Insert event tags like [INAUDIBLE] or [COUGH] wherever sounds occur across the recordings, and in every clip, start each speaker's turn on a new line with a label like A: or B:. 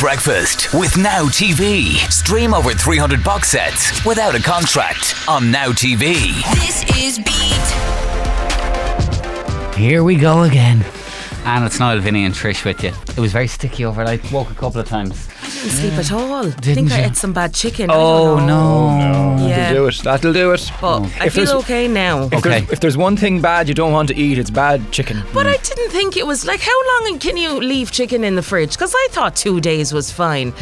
A: Breakfast with Now TV. Stream over 300 box sets without a contract on Now TV.
B: This is Beat.
C: Here we go again. And it's Niall, Vinny, and Trish with you. It was very sticky overnight. Woke a couple of times.
D: didn't sleep at all. I
C: Mm. Didn't
D: think I
C: you?
D: ate some bad chicken. I
C: Oh
D: don't
C: no! Mm.
D: know. Yeah.
E: That'll do it. That'll do it.
D: But I
E: If
D: feel
E: there's-
D: okay now.
E: If,
C: Um, Okay.
E: there's, if there's one thing bad you don't want to eat, it's bad chicken.
D: But I didn't think it was like how long can you leave chicken in the fridge? Because I thought two days was fine.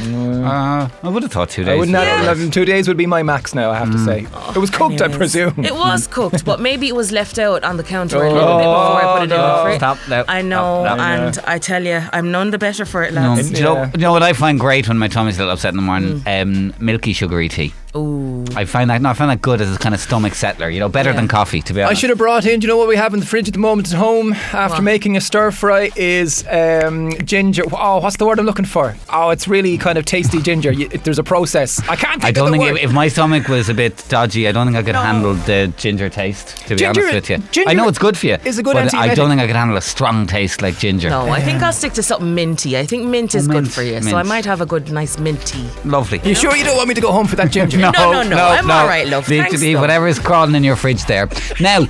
C: Uh, I would have thought two days.
E: I wouldn't
C: would
E: have,
C: be
E: have-
C: worse.
E: two days would be my max now. I have
C: Mm.
E: to say
C: Oh,
E: it was cooked, I
D: Anyways,
E: presume.
D: It was cooked, but maybe it was left out on the counter a little bit before I put it in
E: no.
D: the fridge.
C: Oh, Stop that.
D: I know,
C: Stop that.
D: and I tell you, I'm none the better for it,
C: No.
D: lads.
C: Do you, know,
E: Yeah. Mm.
C: you know what I find great when my tummy's a little upset in the morning? Um, milky sugary tea.
D: Ooh,
C: I find that no, I find that good as a kind of stomach settler. You know, better than coffee, to be
E: I
C: honest.
E: should have brought in. Do you know what we have in the fridge at the moment at home? After making a stir fry, is um, ginger. Oh, what's the word I'm looking for? Oh, it's really kind of tasty ginger. You, it- there's a process. I can't. Think
C: I don't
E: of the
C: think
E: word.
C: if, if my stomach was a bit dodgy, I don't think I could handle the ginger taste. To be
E: Ginger-
C: honest with you,
E: ginger
C: I know it's good for you.
E: is a good
C: but I
E: antiemetic.
C: don't think I could handle a strong taste like ginger.
D: no, I think I'll stick to something minty. I think mint is
C: mint,
D: good for you,
C: mint.
D: so I might have a good, nice minty.
C: Lovely.
E: you sure you don't want me to go home for that ginger?
C: [LAUGHS] No,
D: No, no, no, I'm all right, love.
C: Leave to
D: Thanks,
C: be
D: love.
C: whatever is crawling in your fridge there. Now,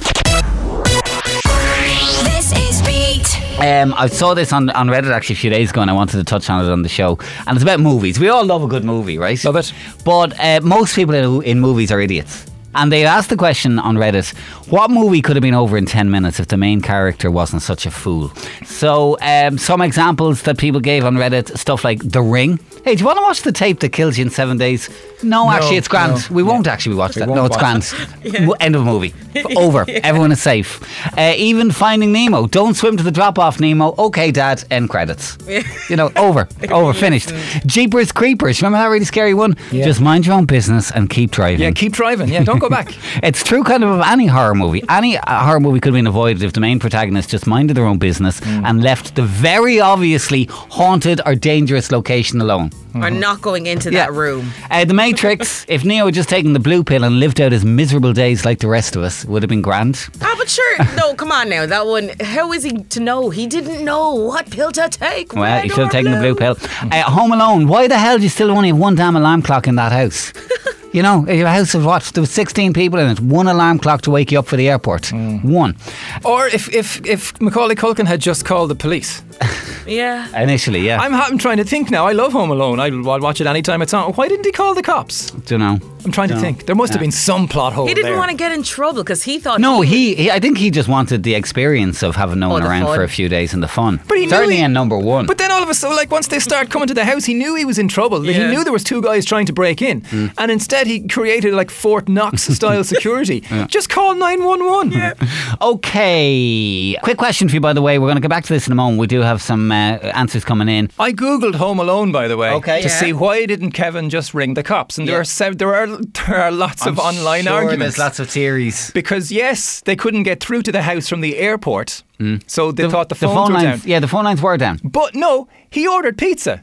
B: This is Beat.
C: um, I saw this on, on Reddit actually a few days ago, and I wanted to touch on it on the show. And it's about movies. We all love a good movie, right?
E: Love it.
C: But uh, most people in, in movies are idiots. And they asked the question on Reddit: What movie could have been over in ten minutes if the main character wasn't such a fool? So, um, some examples that people gave on Reddit: stuff like The Ring. Hey, do you want to watch the tape that kills you in seven days? No, actually, it's grand.
E: no.
C: We won't actually watch that.
E: won't
C: No, it's
E: watch
C: grand. Mo- End of movie. Over. Everyone is safe. Uh, even Finding Nemo. Don't swim to the drop off, Nemo. Okay, Dad. End credits. you know, over. Over. Finished. Jeepers Creepers. Remember that really scary one? Just mind your own business and keep driving.
E: Yeah, keep driving. Yeah, don't go
C: [LAUGHS]
E: back.
C: It's true, kind of, of any horror movie. Any uh, horror movie could have been avoided if the main protagonist just minded their own business
E: Mm.
C: and left the very obviously haunted or dangerous location alone.
D: Or not going into that room.
C: Uh, the Matrix, if Neo had just taken the blue pill and lived out his miserable days like the rest of us, would have been grand.
D: Ah, but sure. No, come on now. That one. How is he to know? He didn't know what pill to take.
C: Well,
D: red
C: he should have
D: or
C: taken the blue pill. Uh, Home Alone, why the hell do you still only have one damn alarm clock in that
E: [LAUGHS]
C: house? You know, your house of what? There was 16 people in it. One alarm clock to wake you up for the airport.
E: Mm.
C: One.
E: or if, if if Macaulay Culkin had just called the police.
D: Yeah.
C: Initially, yeah.
E: I'm, I'm trying to think now. I love Home Alone. I'll, I'll watch it anytime it's on. Why didn't he call the cops?
C: don't know.
E: I'm trying to think. There must have been some plot hole.
D: He didn't
E: Oh, there.
D: want to get in trouble because he thought.
C: No, he, he. I think he just wanted the experience of having no
D: Oh,
C: one
D: the
C: around
D: fun.
C: for a few days and the fun.
E: But he knew
C: certainly
E: he-
C: in number one.
E: But then all of a sudden, like once they start coming to the house, he knew he was in trouble. He
D: Yeah.
E: knew there was two guys trying to break in,
C: Hmm.
E: and instead he created like
C: [LAUGHS]
E: Fort Knox style security. Just call nine one one.
C: Okay. Quick question for you, by the way. We're going to get back to this in a moment. We do have some uh, answers coming in.
E: I googled Home Alone, by the way,
C: Okay.
E: to
C: Yeah.
E: see why didn't Kevin just ring the cops? And
C: Yeah.
E: there are sev- there are there are lots of online arguments.
C: of theories.
E: because yes, they couldn't get through to the house from the airport, so they thought the phones were down.
C: lines, yeah, the Hmm. phone lines were down.
E: But no, he ordered pizza.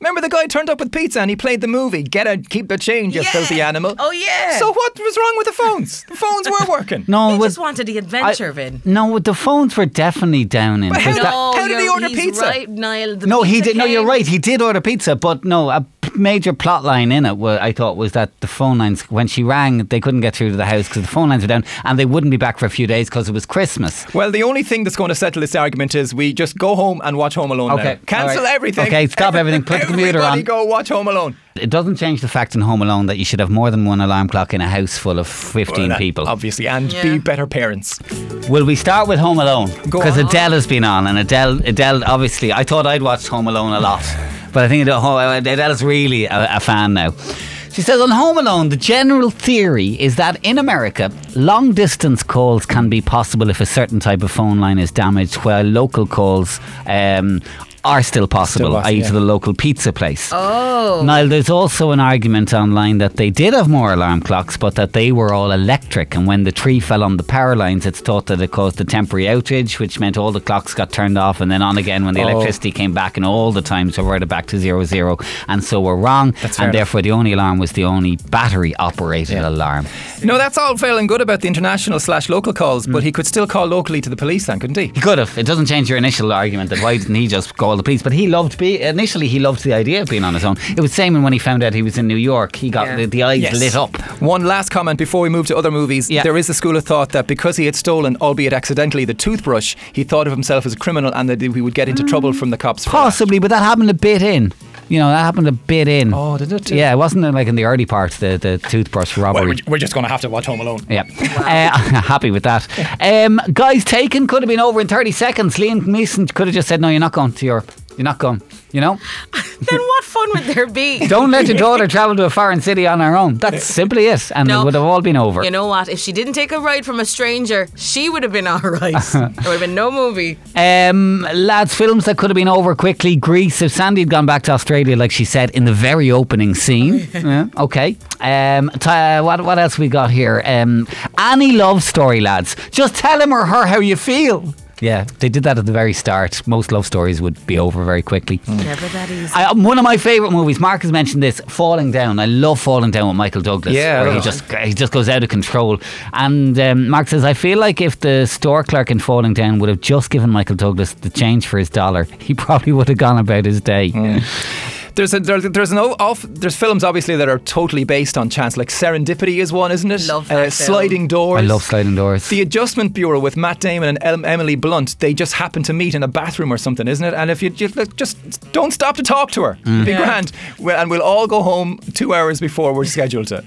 E: Remember the guy turned up with pizza and he played the movie. Get out, keep the change, you
D: Yeah.
E: filthy animal.
D: Oh, yeah.
E: So what was wrong with the phones? The phones were working.
C: [LAUGHS] No,
D: He
C: with-
D: just wanted the
C: I-
D: adventure, Vin.
C: no, the phones were definitely down in.
E: But
C: because
E: how-
C: that-
D: No,
E: how did he
D: you're-
E: order
D: he's
E: pizza?
D: Right, Niall. The
C: no, he
D: pizza
C: did. No, you're
D: came-
C: right. He did order pizza, but no, a p- major plot line in it. Well, I thought was that the phone lines when she rang, they couldn't get through to the house because the phone lines were down, and they wouldn't be back for a few days because it was Christmas.
E: Well, the only thing that's going to settle this argument is we just go home and watch Home Alone.
C: Okay,
E: now. cancel
C: all right.
E: everything.
C: Okay, stop everything, put the computer
E: Everybody
C: on.
E: go watch Home Alone.
C: It doesn't change the fact in Home Alone that you should have more than one alarm clock in a house full of 15
E: Well, that-
C: people.
E: obviously, and
D: Yeah.
E: be better parents.
C: Will we start with Home Alone?
E: Go
C: Because
E: on.
C: Adele has been on, and Adele, Adele, obviously, I thought I'd watched Home Alone a lot, but I think uh, Adele- Adele's really a, a fan now. She says on Home Alone, the general theory is that in America, long distance calls can be possible if a certain type of phone line is damaged, while local calls um, are still possible,
E: possible,
C: i.e., to
E: yeah.
C: the local pizza place.
D: Oh.
C: Niall, there's also an argument online that they did have more alarm clocks, but that they were all electric. And when the tree fell on the power lines, it's thought that it caused a temporary outage, which meant all the clocks got turned off and then on again when the
E: Oh.
C: electricity came back, and all the times were right back to zero zero. And so we're wrong.
E: fair
C: and
E: enough.
C: therefore, the only alarm was the only battery operated alarm.
E: No, that's all well and good about the international slash local
C: Hmm.
E: calls, but he could still call locally to the police then, couldn't he?
C: He could have. It doesn't change your initial argument that why didn't he just go all the police. But he loved be initially he loved the idea of being on his own. It was the same when he found out he was in New York. He got
D: Yeah.
C: the, the eyes lit up.
E: One last comment before we move to other movies.
C: Yeah.
E: There is a school of thought that because he had stolen, albeit accidentally, the toothbrush, he thought of himself as a criminal and that he would get into trouble from the cops. for that.
C: Possibly, but that happened a bit in. You know, that happened a bit in.
E: Oh, did it?
C: Yeah, it wasn't in, like in the early part, the, the toothbrush robbery.
E: Well, we're- we're just going to have to watch Home Alone.
C: Yeah, uh, [LAUGHS] happy with that. Um, guys, taken could have been over in thirty seconds. Liam Neeson could have just said, "No, you're not going to Europe. You're not going." You know,
D: Then what fun would
C: [LAUGHS]
D: there be?
C: don't let your daughter travel to a foreign city on her own. That's simply it, and
D: No.
C: it would have all been over.
D: You know what? If she didn't take a ride from a stranger, she would have been [LAUGHS] all right.
C: [LAUGHS]
D: there would have been no movie.
C: Um, lads, films that could have been over quickly. Greece. If Sandy had gone back to Australia, like she said in the very opening scene. Yeah, okay. Um, t- uh, what what else we got here? Um, Annie love story, lads. Just tell him or her how you feel. Yeah, they did that at the very start. Most love stories would be over very quickly.
D: Never that easy.
C: I, uh, one of my favorite movies. Mark has mentioned this. Falling Down. I love Falling Down with Michael Douglas.
E: Yeah, I
C: where
E: love
C: he
E: it.
C: just he just goes out of control. And um, Mark says, I feel like if the store clerk in Falling Down would have just given Michael Douglas the change for his dollar, [LAUGHS] he probably would have gone about his day.
E: Mm. There's a, there, there's an o- off, there's films obviously that are totally based on chance. Like Serendipity is one, isn't it? Uh,
D: Love that film.
E: Sliding Doors.
C: I love sliding doors.
E: The Adjustment Bureau with Matt Damon and em- Emily Blunt, they just happen to meet in a bathroom or something, isn't it? And if you just, look, just don't stop to talk to her, it'd be grand. Well, and we'll all go home two hours before we're scheduled to.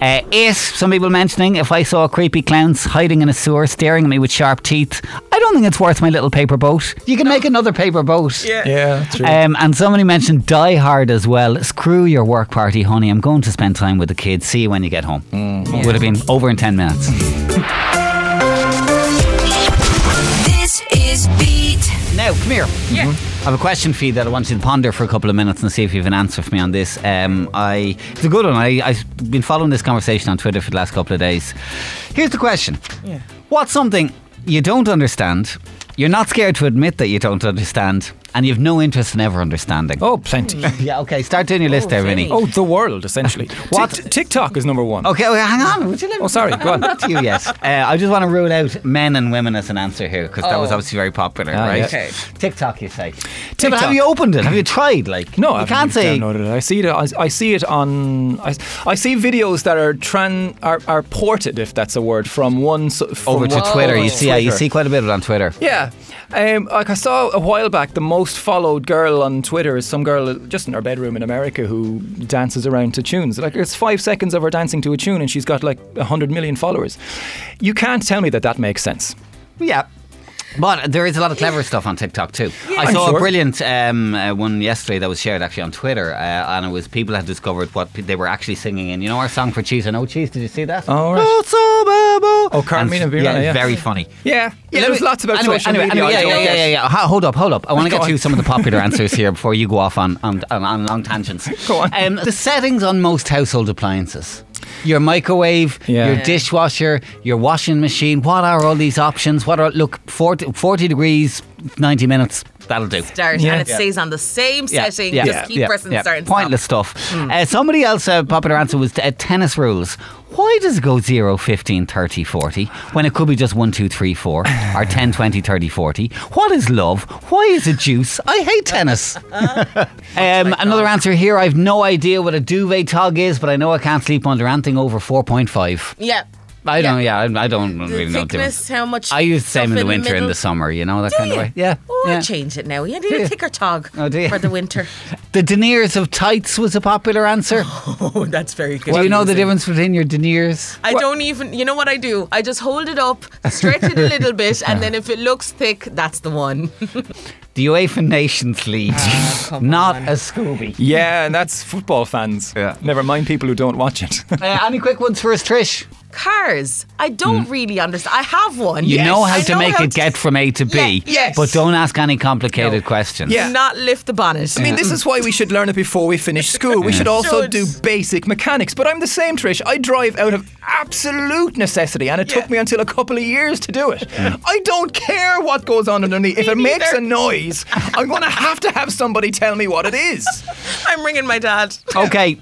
C: Uh, it, some people mentioning, if I saw creepy clowns hiding in a sewer staring at me with sharp teeth, I don't think it's worth my little paper boat. You can make another paper boat.
D: Yeah.
E: Yeah, true.
C: Um, and somebody mentioned Die Hard as well. Screw your work party, honey. I'm going to spend time with the kids. See you when you get home.
E: Mm-hmm.
C: Would have been over in 10 minutes.
B: This is Beat.
E: Mm-hmm.
C: Now, come here. Yeah. I have a question for you that I want you to ponder for a couple of minutes and see if you have an answer for me on this. Um, I It's a good one. I, I've been following this conversation on Twitter for the last couple of days. Here's the question yeah. What's something you don't understand, you're not scared to admit that you don't understand, and you've no interest in ever understanding?
E: oh, plenty. [LAUGHS]
C: Yeah, okay. Start doing your list there, Vinny.
D: Vinny.
E: Oh, the world [LAUGHS] essentially.
C: What?
E: Tick- TikTok is number one.
C: Okay, okay, hang on. Would you let me
E: Oh, sorry. Go on.
C: to you
E: [LAUGHS]
C: yet. Uh, I just want to rule out men and women as an answer here because that was
D: Oh.
C: obviously very popular,
E: Ah,
C: right?
E: yeah.
D: Okay.
C: TikTok, you say. TikTok.
E: TikTok.
C: have you opened it? Have you tried? Like,
E: No,
C: you
E: I haven't
C: can't say.
E: downloaded it. I see it. I, I see it on. I, I see videos that are tran are, are ported, if that's a word, from one so- from
C: Over to
E: one-
C: Twitter,
E: over
C: you
E: to
C: see, yeah, you
E: Twitter.
C: see quite a bit of it on Twitter.
E: Yeah, um, like I saw a while back, the most followed girl on Twitter is some girl just in her bedroom in America who dances around to tunes. Like it's five seconds of her dancing to a tune, and she's got like hundred million followers. You can't tell me that that makes sense.
C: Yeah. But there is a lot of clever stuff on TikTok too. I
E: I'm
C: saw a
E: sure.
C: brilliant um, uh, one yesterday that was shared actually on Twitter, uh, and it was people had discovered what pe- they were actually singing in. You know our song for cheese and no cheese. Did you see that?
E: Oh, right.
C: Oh,
E: Oh, Carmina Burana,
C: Yeah,
E: yeah.
C: very funny.
E: Yeah, yeah, there's
C: anyway-
E: lots about
C: anyway,
E: social
C: anyway,
E: media. I
C: Anyway, yeah,
E: don't
C: yeah,
E: get.
C: yeah, yeah, Ho- Hold up, hold up. I want to
E: Go
C: get to
E: on.
C: some of the
E: [LAUGHS]
C: popular answers here before you go off on on, on, on long tangents.
E: Go on.
C: Um, the settings on most household appliances. Your microwave,
E: Yeah.
C: your
E: Yeah.
C: dishwasher, your washing machine. What are all these options? What are look 40, 40 degrees, ninety minutes. That'll do.
D: Start
E: Yeah.
D: and it
E: Yeah.
D: stays on the same setting. Just keep pressing
C: yeah.
D: start and stop.
C: Pointless stuff.
D: Hmm.
C: Uh, somebody else, uh, popular answer was uh, tennis rules. Why does it go 0, 15, 30, 40 when it could be just 1, 2, 3, 4 or
D: [LAUGHS]
C: 10, 20, 30, 40? What is love? Why is it juice? I hate
D: [LAUGHS]
C: tennis. um, another answer here I've no idea what a duvet tog is, but I know I can't sleep under anything over 4.5.
D: Yeah.
C: I don't, yeah, I, I don't
D: The
C: really know the
D: thickness,
C: difference.
D: how much?
C: I use the same in
D: stuff
C: the winter and
D: middle.
C: the summer, you know, that
D: Do
C: kind
D: you?
C: of way. Yeah.
D: Oh,
C: yeah.
D: I change it now. You [LAUGHS] need a thicker tog
C: Oh, do you?
D: for the winter.
C: The deniers of tights was a popular answer.
D: [LAUGHS] Oh, that's very good.
C: Do you know the difference between your deniers?
D: I don't even. You know what I do? I just hold it up, stretch it [LAUGHS] a little bit, and then if it looks thick, that's the one. [LAUGHS]
C: The UEFA Nations League,
D: Ah,
C: [LAUGHS] not a Scooby.
E: Yeah, and that's football fans.
C: Yeah.
E: Never mind people who don't watch it. [LAUGHS]
C: Uh, any quick ones for us, Trish?
D: Cars. I don't really understand. I have one.
C: Mm. You
D: Yes.
C: know how
D: I
C: to make
D: how
C: it get
D: [LAUGHS]
C: from A to B,
D: Yeah, yes.
C: but don't ask any complicated questions.
E: Yeah.
D: Not lift the bonnet.
E: I mean, this is why we should learn it before we finish school. We should also
D: Should.
E: do basic mechanics. But I'm the same, Trish. I drive out of absolute necessity, and it took me until a couple of years to do it. I don't care what goes on underneath. if it makes a noise, I'm going to have to have somebody tell me what it is.
D: I'm ringing my dad.
C: [LAUGHS] Okay,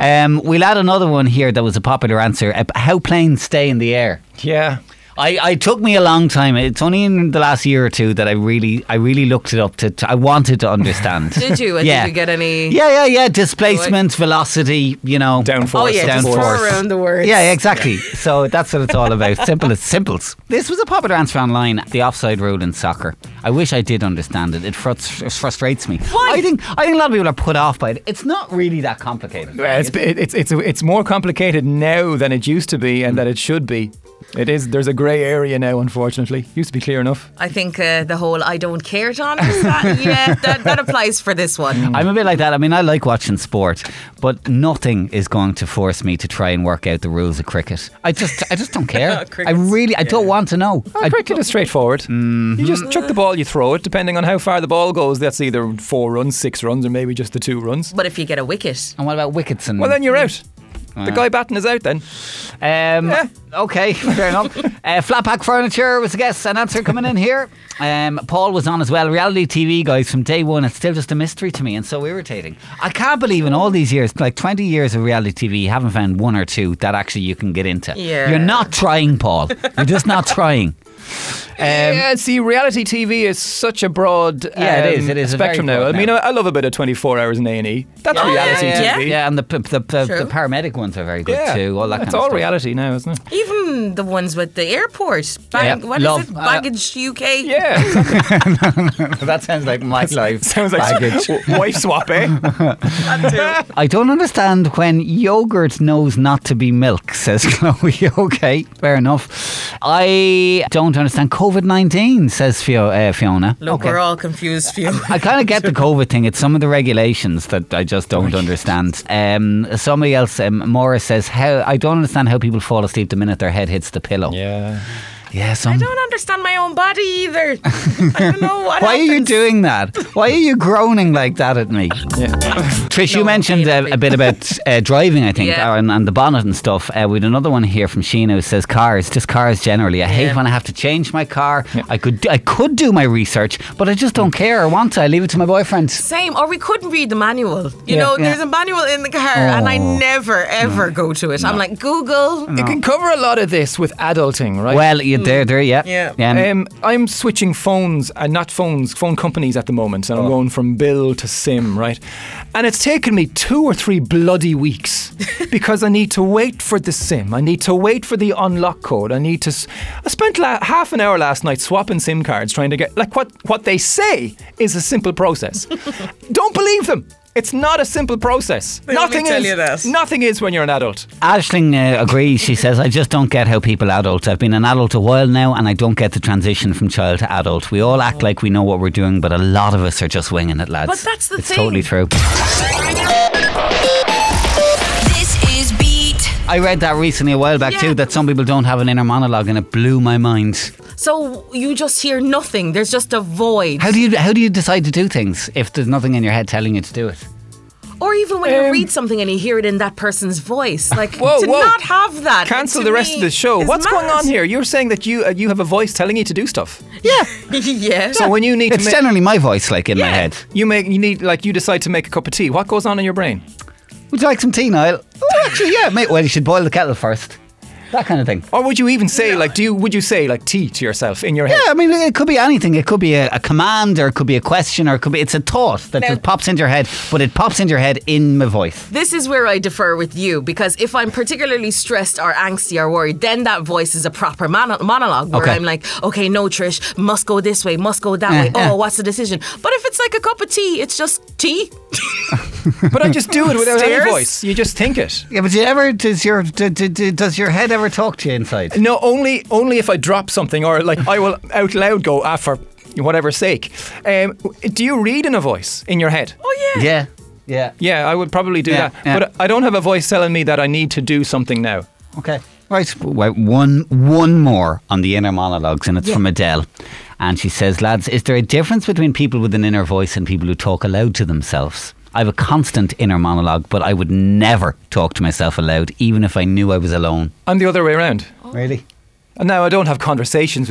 C: um, we'll add another one here that was a popular answer. uh, How planes stay in the air.
E: Yeah.
C: I, I took me a long time. It's only in the last year or two that I really I really looked it up to, to I wanted to understand.
D: [LAUGHS] [LAUGHS] Did you? And did you get any-
C: Yeah, yeah, yeah. Displacement, velocity, you know.
E: Downforce,
D: Oh yeah, just
E: Downforce.
D: throw around the words.
C: Yeah, exactly. So that's what it's all about. Simple as simples. This was a popular answer online, the offside rule in soccer. I wish I did understand it. It frus- frustrates me.
D: Why?
C: I think I think a lot of people are put off by it. It's not really that complicated.
E: Well, It's, it's, it's, it's more complicated now than it used to be and that it should be. It is. There's a grey area now, unfortunately. Used to be clear enough.
D: I think uh, the whole "I don't care" Don is that, yeah,
C: [LAUGHS]
D: that, that applies for this one.
C: I'm a bit like that. I mean, I like watching sport, but nothing is going to force me to try and work out the rules of cricket. I just, I just don't
D: [LAUGHS]
C: care. I
D: Oh, Cricket's- Oh,
C: really, I don't want to know. I, Mm-hmm.
E: I Oh, cricket is straightforward. You just chuck the ball, you throw it. Depending on how far the ball goes, that's either four runs, six runs, or maybe just the two runs.
D: But if you get a wicket,
C: and what about wickets and?
E: Well, then you're out.
C: Mm-hmm. Ah.
E: The guy batting is out then.
C: Um, Okay, [LAUGHS] fair enough. Uh, Flatpack Furniture was a guess, an answer coming in here. Um, Paul was on as well. Reality TV guys from day one. It's still just a mystery to me and so irritating. I can't believe in all these years, like 20 years of reality TV, you haven't found one or two that actually you can get into.
D: Yeah.
C: You're not trying, Paul. You're just
D: [LAUGHS]
C: not trying.
E: yeah, see, reality TV is such a broad
C: Um, Yeah, it is.
E: um,
C: It is a very
E: spectrum now.
C: broad
E: I mean,
C: now.
E: I, I love a bit of 24 hours in A&E. That's
C: Um,
E: reality
D: yeah, yeah.
E: TV.
C: Yeah, and the p- the, the,
D: True.
C: the paramedic ones are very good too. All that
E: It's
C: kind of
E: all
C: stuff.
E: reality now, isn't it?
D: even the ones with the airport, bag,
C: Yeah.
D: what is
C: Love.
D: it? Baggage UK.
E: Yeah, [LAUGHS] exactly.
C: [LAUGHS] that sounds like my
D: [LAUGHS]
C: life.
E: sounds like [LAUGHS] wife swap, eh?
C: I don't understand when yogurt knows not to be milk, [LAUGHS] says Chloe. okay, fair enough. I don't understand COVID 19, says Fio- uh, Fiona.
D: Look,
C: okay.
D: we're all confused.
E: [LAUGHS]
D: Few.
C: I kind of get the COVID thing. It's some of the regulations that I just don't understand. Um, somebody else, um, Morris says, "How I don't understand how people fall asleep the minute their head hits the pillow."
E: Yeah.
C: [LAUGHS] yeah some,
D: I [LAUGHS] don't understand my own body either.
E: [LAUGHS]
D: I don't know what.
C: Why are you
D: happens.
C: doing that? Why are you groaning like that at
D: [LAUGHS]
C: me? Trish, you
D: No,
C: mentioned uh,
D: baby.
C: a bit about
D: [LAUGHS]
C: uh, driving, I think,
D: Yeah.
C: uh, and, and the bonnet and stuff. Uh, we had another one here from Sheena who says cars, just cars generally. I hate
D: Yeah.
C: when I have to change my car. I could I could do my research, but I just don't care or want to. I leave it to my boyfriend.
D: Same, or we couldn't read the manual. You know,
C: yeah.
D: there's a manual in the car, and I
E: Oh.
D: never ever go to it. I'm like Google.
E: You can cover a lot of this with adulting, right?
C: Well, you, there, there, yeah.
D: Oh, Yeah.
E: Um, I'm switching phones, and not phones, phone companies at the moment,
D: Oh.
E: and I'm going from bill to sim, right? And it's taken me two or three
D: [LAUGHS]
E: bloody weeks because I need to wait for the sim. I need to wait for the unlock code. I need to. s- I spent la- half an hour last night swapping sim cards, trying to get like what what they say is a simple
D: [LAUGHS]
E: process. Don't believe them. It's not a simple process.
D: only
E: nothing
D: tell
E: is.
D: you that.
E: Nothing is when you're an adult.
C: Ashling uh, agrees. She says, I just don't get how people adult. I've been an adult a while now and I don't get the transition from child to adult. We all act like we know what we're doing, but a lot of us are just winging it, lads.
D: Oh. But that's the
C: It's
D: thing.
C: totally true.
B: This is Beat.
C: I read that recently a while back
D: Yeah.
C: too that some people don't have an inner monologue and it blew my mind.
D: So you just hear nothing. There's just a void.
C: How do you how do you decide to do things if there's nothing in your head telling you to do it?
D: Or even when you
E: Um,
D: read something and you hear it in that person's voice, like
E: Whoa,
D: to
E: whoa.
D: not have that.
E: Cancel
D: to
E: the rest
D: me
E: of the show.
D: is
E: What's going
D: mad.
E: on here? You're saying that you uh, you have a voice telling you to do stuff.
D: [LAUGHS] yeah.
E: So when you need
C: It's
E: to make,
C: generally my voice like in my
D: Yeah.
C: head.
E: you make you need like you decide to make a cup of tea. What goes on in your brain?
C: Would you like some tea, Niall? Oh, actually, yeah, mate. Well, you should boil the kettle first. That kind of thing.
E: Or would you even say like do you would you say like tea to yourself in your head?
C: Yeah, I mean, it could be anything. It could be a, a command, or it could be a question, or it could be it's a thought that
D: Now-
C: just pops into your head, but it pops into your head in my voice.
D: This is where I differ with you because if I'm particularly stressed or angsty or worried, then that voice is a proper mono- monologue where
C: Okay.
D: I'm like, okay, no, Trish, must go this way, must go that
C: Yeah,
D: way.
C: yeah.
D: Oh, what's the decision? But if it's like a cup of tea, it's just tea.
E: But I just do it without
D: Stairs?
E: any voice. You just think it.
C: Yeah, but do you ever does your do, do, do- does your head ever talk to you inside?
E: No, only only if I drop something or like I will out loud go ah for whatever sake. Um, do you read in a voice in your head?
D: Oh yeah.
C: Yeah, yeah.
E: Yeah, I would probably do
C: Yeah,
E: that.
C: yeah.
E: But I don't have a voice telling me that I need to do something now.
C: Okay. Right. Well, one one more on the inner monologues, and it's from Adele. And she says, lads, is there a difference between people with an inner voice and people who talk aloud to themselves? I have a constant inner monologue, but I would never talk to myself aloud, even if I knew I was alone. Oh.
E: I'm the other way around.
C: Really?
E: And now I don't have conversations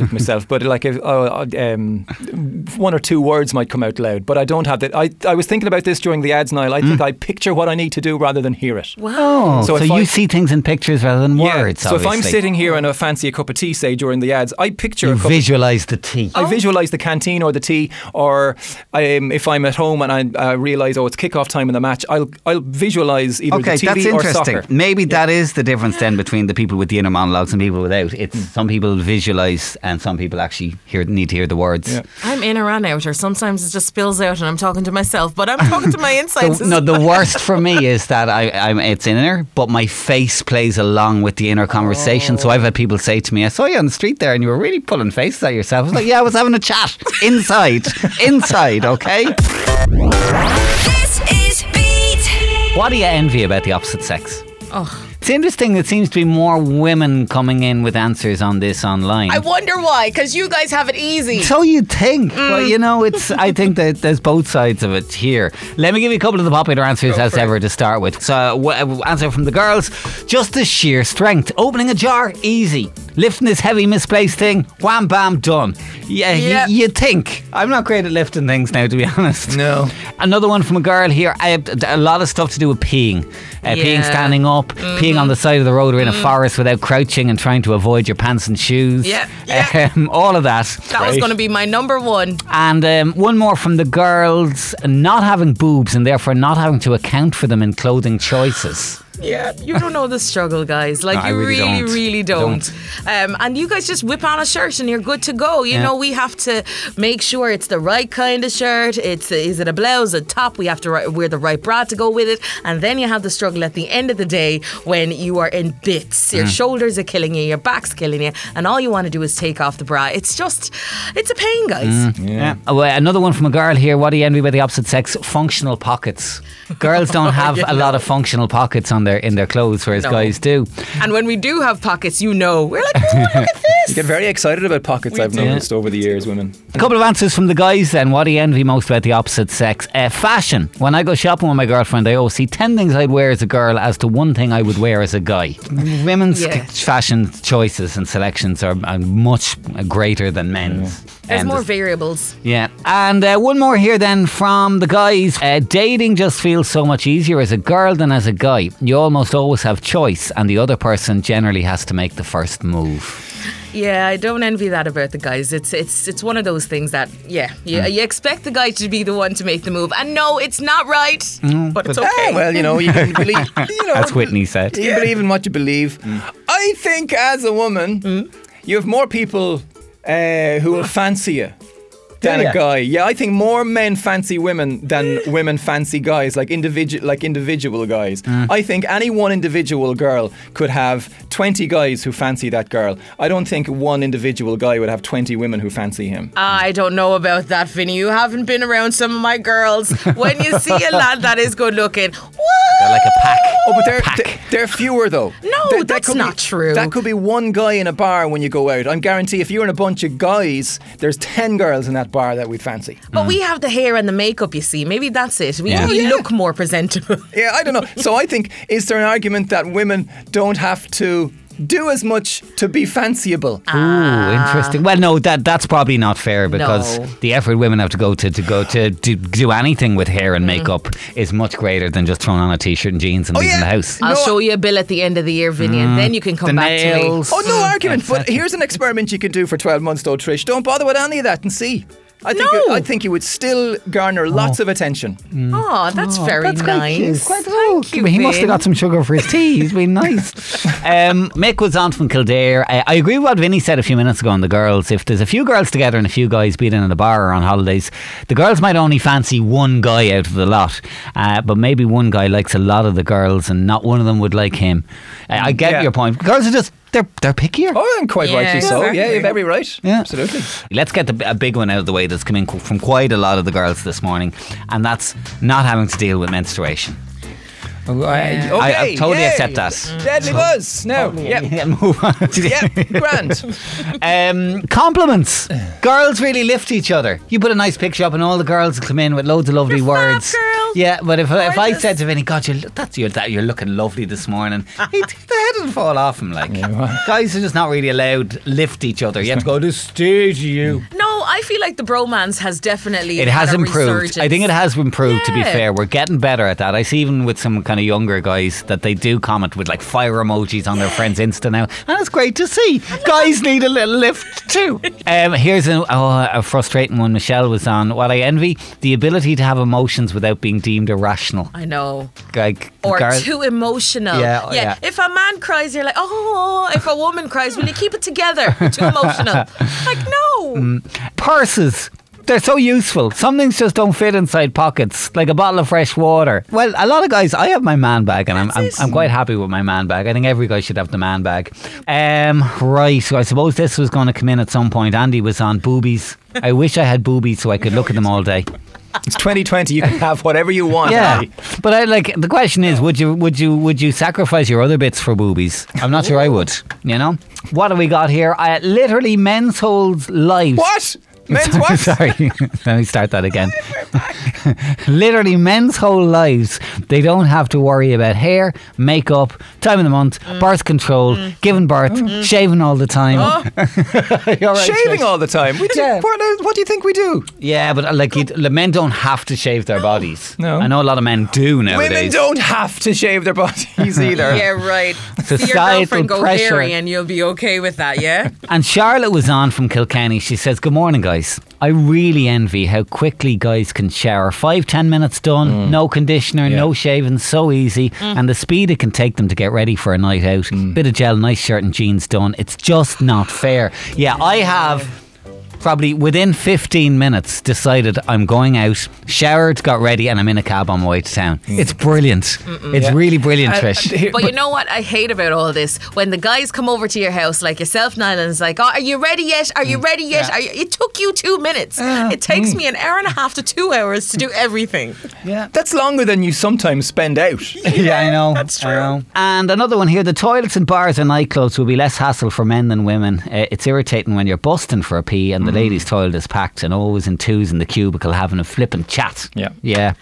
C: [LAUGHS]
E: with myself, but like if, uh, um, one or two words might come out loud, but I don't have that. I, I was thinking about this during the ads, Niall. I
C: Hmm.
E: think I picture what I need to do rather than hear it.
C: Oh, so,
E: So if
C: you
E: I-
C: see things in pictures rather than words.
E: So if I'm
C: obviously.
E: sitting here and I fancy a cup of tea, say during the ads, I picture
C: you Oh.
E: a cup of
C: visualize the tea.
E: I visualize the canteen or the tea, or um, if I'm at home and I, I realize oh it's kickoff time in the match, I'll I'll visualize either
C: Okay,
E: the
C: that's
E: TV or
C: interesting.
E: soccer.
C: Maybe that is the difference then between the people with the inner monologues and people without. It's
E: Mm.
C: some people visualize and some people actually hear need to hear the words.
E: Yeah.
D: I'm in or an outer. Sometimes it just spills out and I'm talking to myself, but I'm talking to my insides.
C: The, no, the worst for me is that I, I'm it's inner, but my face plays along with the inner conversation. So I've had people say to me, "I saw you on the street there, and you were really pulling faces at yourself." I was like, "Yeah, I was having a chat [LAUGHS] inside, inside." Okay,
B: This is Beat.
C: what do you envy about the opposite sex?
D: Oh.
C: It's interesting. It seems to be more women coming in with answers on this online.
D: I wonder why, because you guys have it
C: [LAUGHS]
D: easy.
C: So you think, but
D: Mm.
C: you know, it's. I think that there's both sides of it here. Let me give you a couple of the popular answers as ever to start with. So, w- w- answer from the girls: just the sheer strength. Opening a jar, easy. Lifting this heavy misplaced thing, wham bam done. Yeah, y-
D: Yep.
C: you think. I'm not great at lifting things now, to be [LAUGHS] honest.
E: No.
C: Another one from a girl here. I have a lot of stuff to do with peeing. Uh, Peeing
D: Yeah. Mm-hmm.
C: standing up, peeing on the side of the road or in a forest without crouching and trying to avoid your pants and shoes.
D: Yeah,
C: [LAUGHS]
D: yeah.
C: Um, all of that.
D: That was going to be my number one.
C: And um, one more from the girls not having boobs and therefore not having to account for them in clothing choices.
D: Yeah, you don't know the struggle, guys. Like
C: No, I
D: you
C: really
D: really, really
C: don't.
D: don't. Um, and you guys just whip on a shirt and you're good to go. You
C: Yeah.
D: know, we have to make sure it's the right kind of shirt. It's is it a blouse, a top? We have to ri- wear the right bra to go with it. And then you have the struggle at the end of the day when you are in bits.
C: Mm.
D: Your shoulders are killing you, your back's killing you, and all you want to do is take off the bra. It's just, it's a pain, guys.
C: Yeah. Oh, uh, another one from a girl here. What do you envy by the opposite sex? Functional pockets. Girls
D: [LAUGHS]
C: don't have a lot of functional pockets on their in their clothes, whereas
D: No.
C: guys do.
D: And when we do have pockets, you know, we're like, "Ooh, look at
C: [LAUGHS]
E: You get very excited about pockets. I've
C: do.
E: noticed over the years, women.
C: A couple of answers from the guys then. What do you envy most about the opposite sex? Uh, fashion. When I go shopping with my girlfriend, I always see 10 things I'd wear as a girl as to one thing I would wear as a guy. Women's
D: Yeah.
C: c- fashion choices and selections are, are much greater than men's.
D: there's
C: And
D: more variables.
C: yeah. And uh, one more here then from the guys. Uh, dating just feels so much easier as a girl than as a guy. You almost always have choice, and the other person generally has to make the first move.
D: Yeah, I don't envy that about the guys. It's it's it's one of those things that yeah, you,
C: Mm.
D: you expect the guy to be the one to make the move, and no, it's not right,
C: Mm,
D: but it's okay.
E: well, you know, you can
C: [LAUGHS]
E: believe. You
D: [LAUGHS]
E: know,
C: That's Whitney said.
E: You believe in what you believe. I think as a woman, you have more people uh, who will fancy you. Than
C: ya?
E: a guy, yeah. I think more men fancy women than women fancy guys, like individual, like individual guys. I think any one individual girl could have twenty guys who fancy that girl. I don't think one individual guy would have twenty women who fancy him.
D: I don't know about that, Vinny. You haven't been around some of my girls. When you see a lad that is good looking,
C: They're like a pack.
E: Oh, but they're,
C: Pack.
E: they're, they're fewer though.
D: [LAUGHS] No, that's
E: could
D: not
E: be,
D: true.
E: That could be one guy in a bar when you go out. I guarantee if you're in a bunch of guys, there's ten girls in that bar that we'd fancy.
D: but we have the hair and the makeup. You see, maybe that's it. We,
C: Mm. Yeah.
D: we
E: Oh, yeah.
D: look more presentable.
E: Yeah, I don't know. so I think is there an argument that women don't have to do as much to be fanciable? Oh,
C: Ooh, interesting. Well, no, that that's probably not fair because
D: Ah. No.
C: the effort women have to go to to go to, to do anything with hair and
D: Mm-hmm.
C: makeup is much greater than just throwing on a t-shirt and jeans and leaving
E: yeah.
C: the house.
D: Oh, I'll
E: No,
D: show you a bill at the end of the year, Vinny, and then you Mm. can come
C: Mm. the
D: back
C: nails.
D: to me.
E: Oh, no argument. But here's an experiment you can do for 12 months, though, Trish. Don't bother with any of that and see. I think
D: No.
E: you, I think you would still garner lots of attention.
D: Oh, that's very nice. Thank you,
C: he must have
D: Vin.
C: got some sugar for his tea. He's been nice. [LAUGHS] um, Mick was on from Kildare. Uh, I, I agree with what Vinny said a few minutes ago on the girls. If there's a few girls together and a few guys beating in a bar or on holidays, the girls might only fancy one guy out of the lot. Uh, but maybe one guy likes a lot of the girls and not one of them would like him. Uh, I, I get
E: Yeah.
C: your point. Girls are just, they're, they're pickier.
E: Oh, and quite
D: Yeah,
E: rightly so. Yeah,
D: exactly.
E: you've every right.
C: Yeah.
E: Absolutely.
C: Let's get the, a big one out of the way that's coming from quite a lot of the girls this morning, and that's not having to deal with menstruation.
E: Okay,
C: I, I totally
E: yay.
C: accept that.
E: Deadly buzz. No.
C: [LAUGHS]
E: Yep.
C: Yeah, move on. [LAUGHS]
E: Yep. Grand.
C: Um, compliments. girls really lift each other. You put a nice picture up, and all the girls will come in with loads of lovely
D: You're fab,
C: words.
D: girl.
C: Yeah, but if, if I
D: Gorgeous. [LAUGHS]
C: said to Vinny, God, you're, that's, you're, that, you're looking lovely this morning, he'd hit the head doesn't fall off him. Like guys are just not really allowed lift each other. You have to go to stage you.
D: No, I feel like the bromance has definitely.
C: It
D: had
C: has
D: a
C: improved. I think it
D: resurgence.
C: has improved. To be
D: Yeah.
C: fair, we're getting better at that. I see even with some kind of younger guys that they do comment with like fire emojis on their friends' Insta now, and it's great to see. Guys need a little lift
D: [LAUGHS]
C: too. um, here's an, oh, a frustrating one. Michelle was on. What I envy the ability to have emotions without being deemed irrational.
D: I know.
C: Like
D: Or
C: Gar-
D: too emotional.
C: Yeah, oh, yeah.
D: If a man cries, you're like, oh. If a woman cries, will you keep
C: [LAUGHS]
D: it together? You're too emotional. like, no.
C: Mm. purses. They're so useful. Some things just don't fit inside pockets, like a bottle of fresh water. Well, a lot of guys, I have my man bag, and I'm, I'm, I'm quite happy with my man bag. I think every guy should have the man bag. Um, right, so I suppose this was going to come in at some point. Andy was on boobies. I wish I had boobies so I could look at them all day.
E: It's 2020. You can have whatever you want.
C: Yeah,
E: Andy.
C: but I like the question is, would you would you would you sacrifice your other bits for boobies? I'm not sure I would. You know, what have we got here? I, literally, men's holds lives.
E: What? Men's
C: [LAUGHS]
E: what?
C: Sorry, let me start that again. [LAUGHS] Literally, men's whole lives, they don't have to worry about hair, makeup, time of the month,
E: Mm.
C: birth control, giving birth, shaving all the time.
E: Oh.
D: Oh,
C: [LAUGHS] You're right, Trish.
E: Shaving all the time. We
C: Yeah.
E: yeah. what, what do you think we do?
C: Yeah, but uh, like, you the men don't have to shave their bodies.
E: No.
C: I know a lot of men do nowadays.
E: Women don't have to shave
C: [LAUGHS]
E: their bodies either.
D: Yeah, right. See your
C: Societal
D: girlfriend go
C: pressure.
D: hairy and you'll be okay with
C: [LAUGHS]
D: that, yeah?
C: And Charlotte was on from Kilkenny. She says, Good morning, guys. I really envy how quickly guys can shower. Five, ten minutes done, no conditioner, no shaving, so easy. And the speed it can take them to get ready for a night out. Bit of gel, nice shirt and jeans done. It's just not fair. Yeah, I have. Probably within 15 minutes, decided I'm going out, showered, got ready, and I'm in a cab on my way to town. It's brilliant. It's really brilliant, Trish.
E: Here-
D: But you know what I hate about all this? When the guys come over to your house, like yourself, Niall, and it's like, oh, are you ready yet? Are
C: Mm.
D: you ready yet? Are you? It took you two minutes. it takes me an hour and a half to two hours to do everything.
E: That's longer than you sometimes spend out.
C: yeah, [LAUGHS] I know. That's true. And another one here: the toilets in bars and nightclubs will be less hassle for men than women. Uh, it's irritating when you're busting for a pee and the ladies' toilet is packed and always in twos in the cubicle having a flippant chat.
E: Yeah.
C: yeah.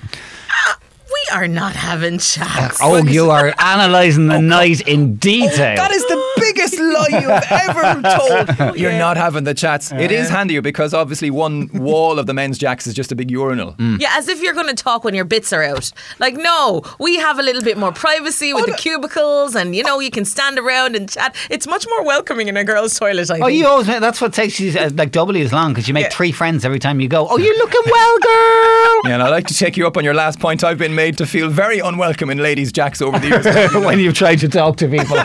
D: We are not having chats.
C: Oh, you are [LAUGHS] Oh, analysing the night in detail.
E: [LAUGHS] That is the biggest lie you've ever
C: [LAUGHS]
E: told. You're not having the chats. It is handier because obviously one wall of the men's jacks is just a big urinal.
C: Mm.
D: [LAUGHS] Yeah, as if you're going to talk when your bits are out. Like, no, we have a little bit more privacy
C: Oh,
D: with the cubicles, and you know, you can stand around and chat. It's much more welcoming in a girl's toilet, I
C: Oh,
D: think.
C: you always make, that's what takes you uh, like doubly as long because you make three friends every time you go. Oh, you're looking well, [LAUGHS] girl.
E: [LAUGHS] Yeah, and I'd like to take you up on your last point. I've been made to feel very unwelcome in ladies' jacks over the years.
C: when you've tried to talk to people.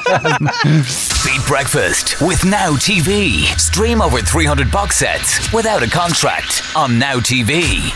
A: Beat Breakfast with Now TV. Stream over 300 box sets without a contract on Now TV.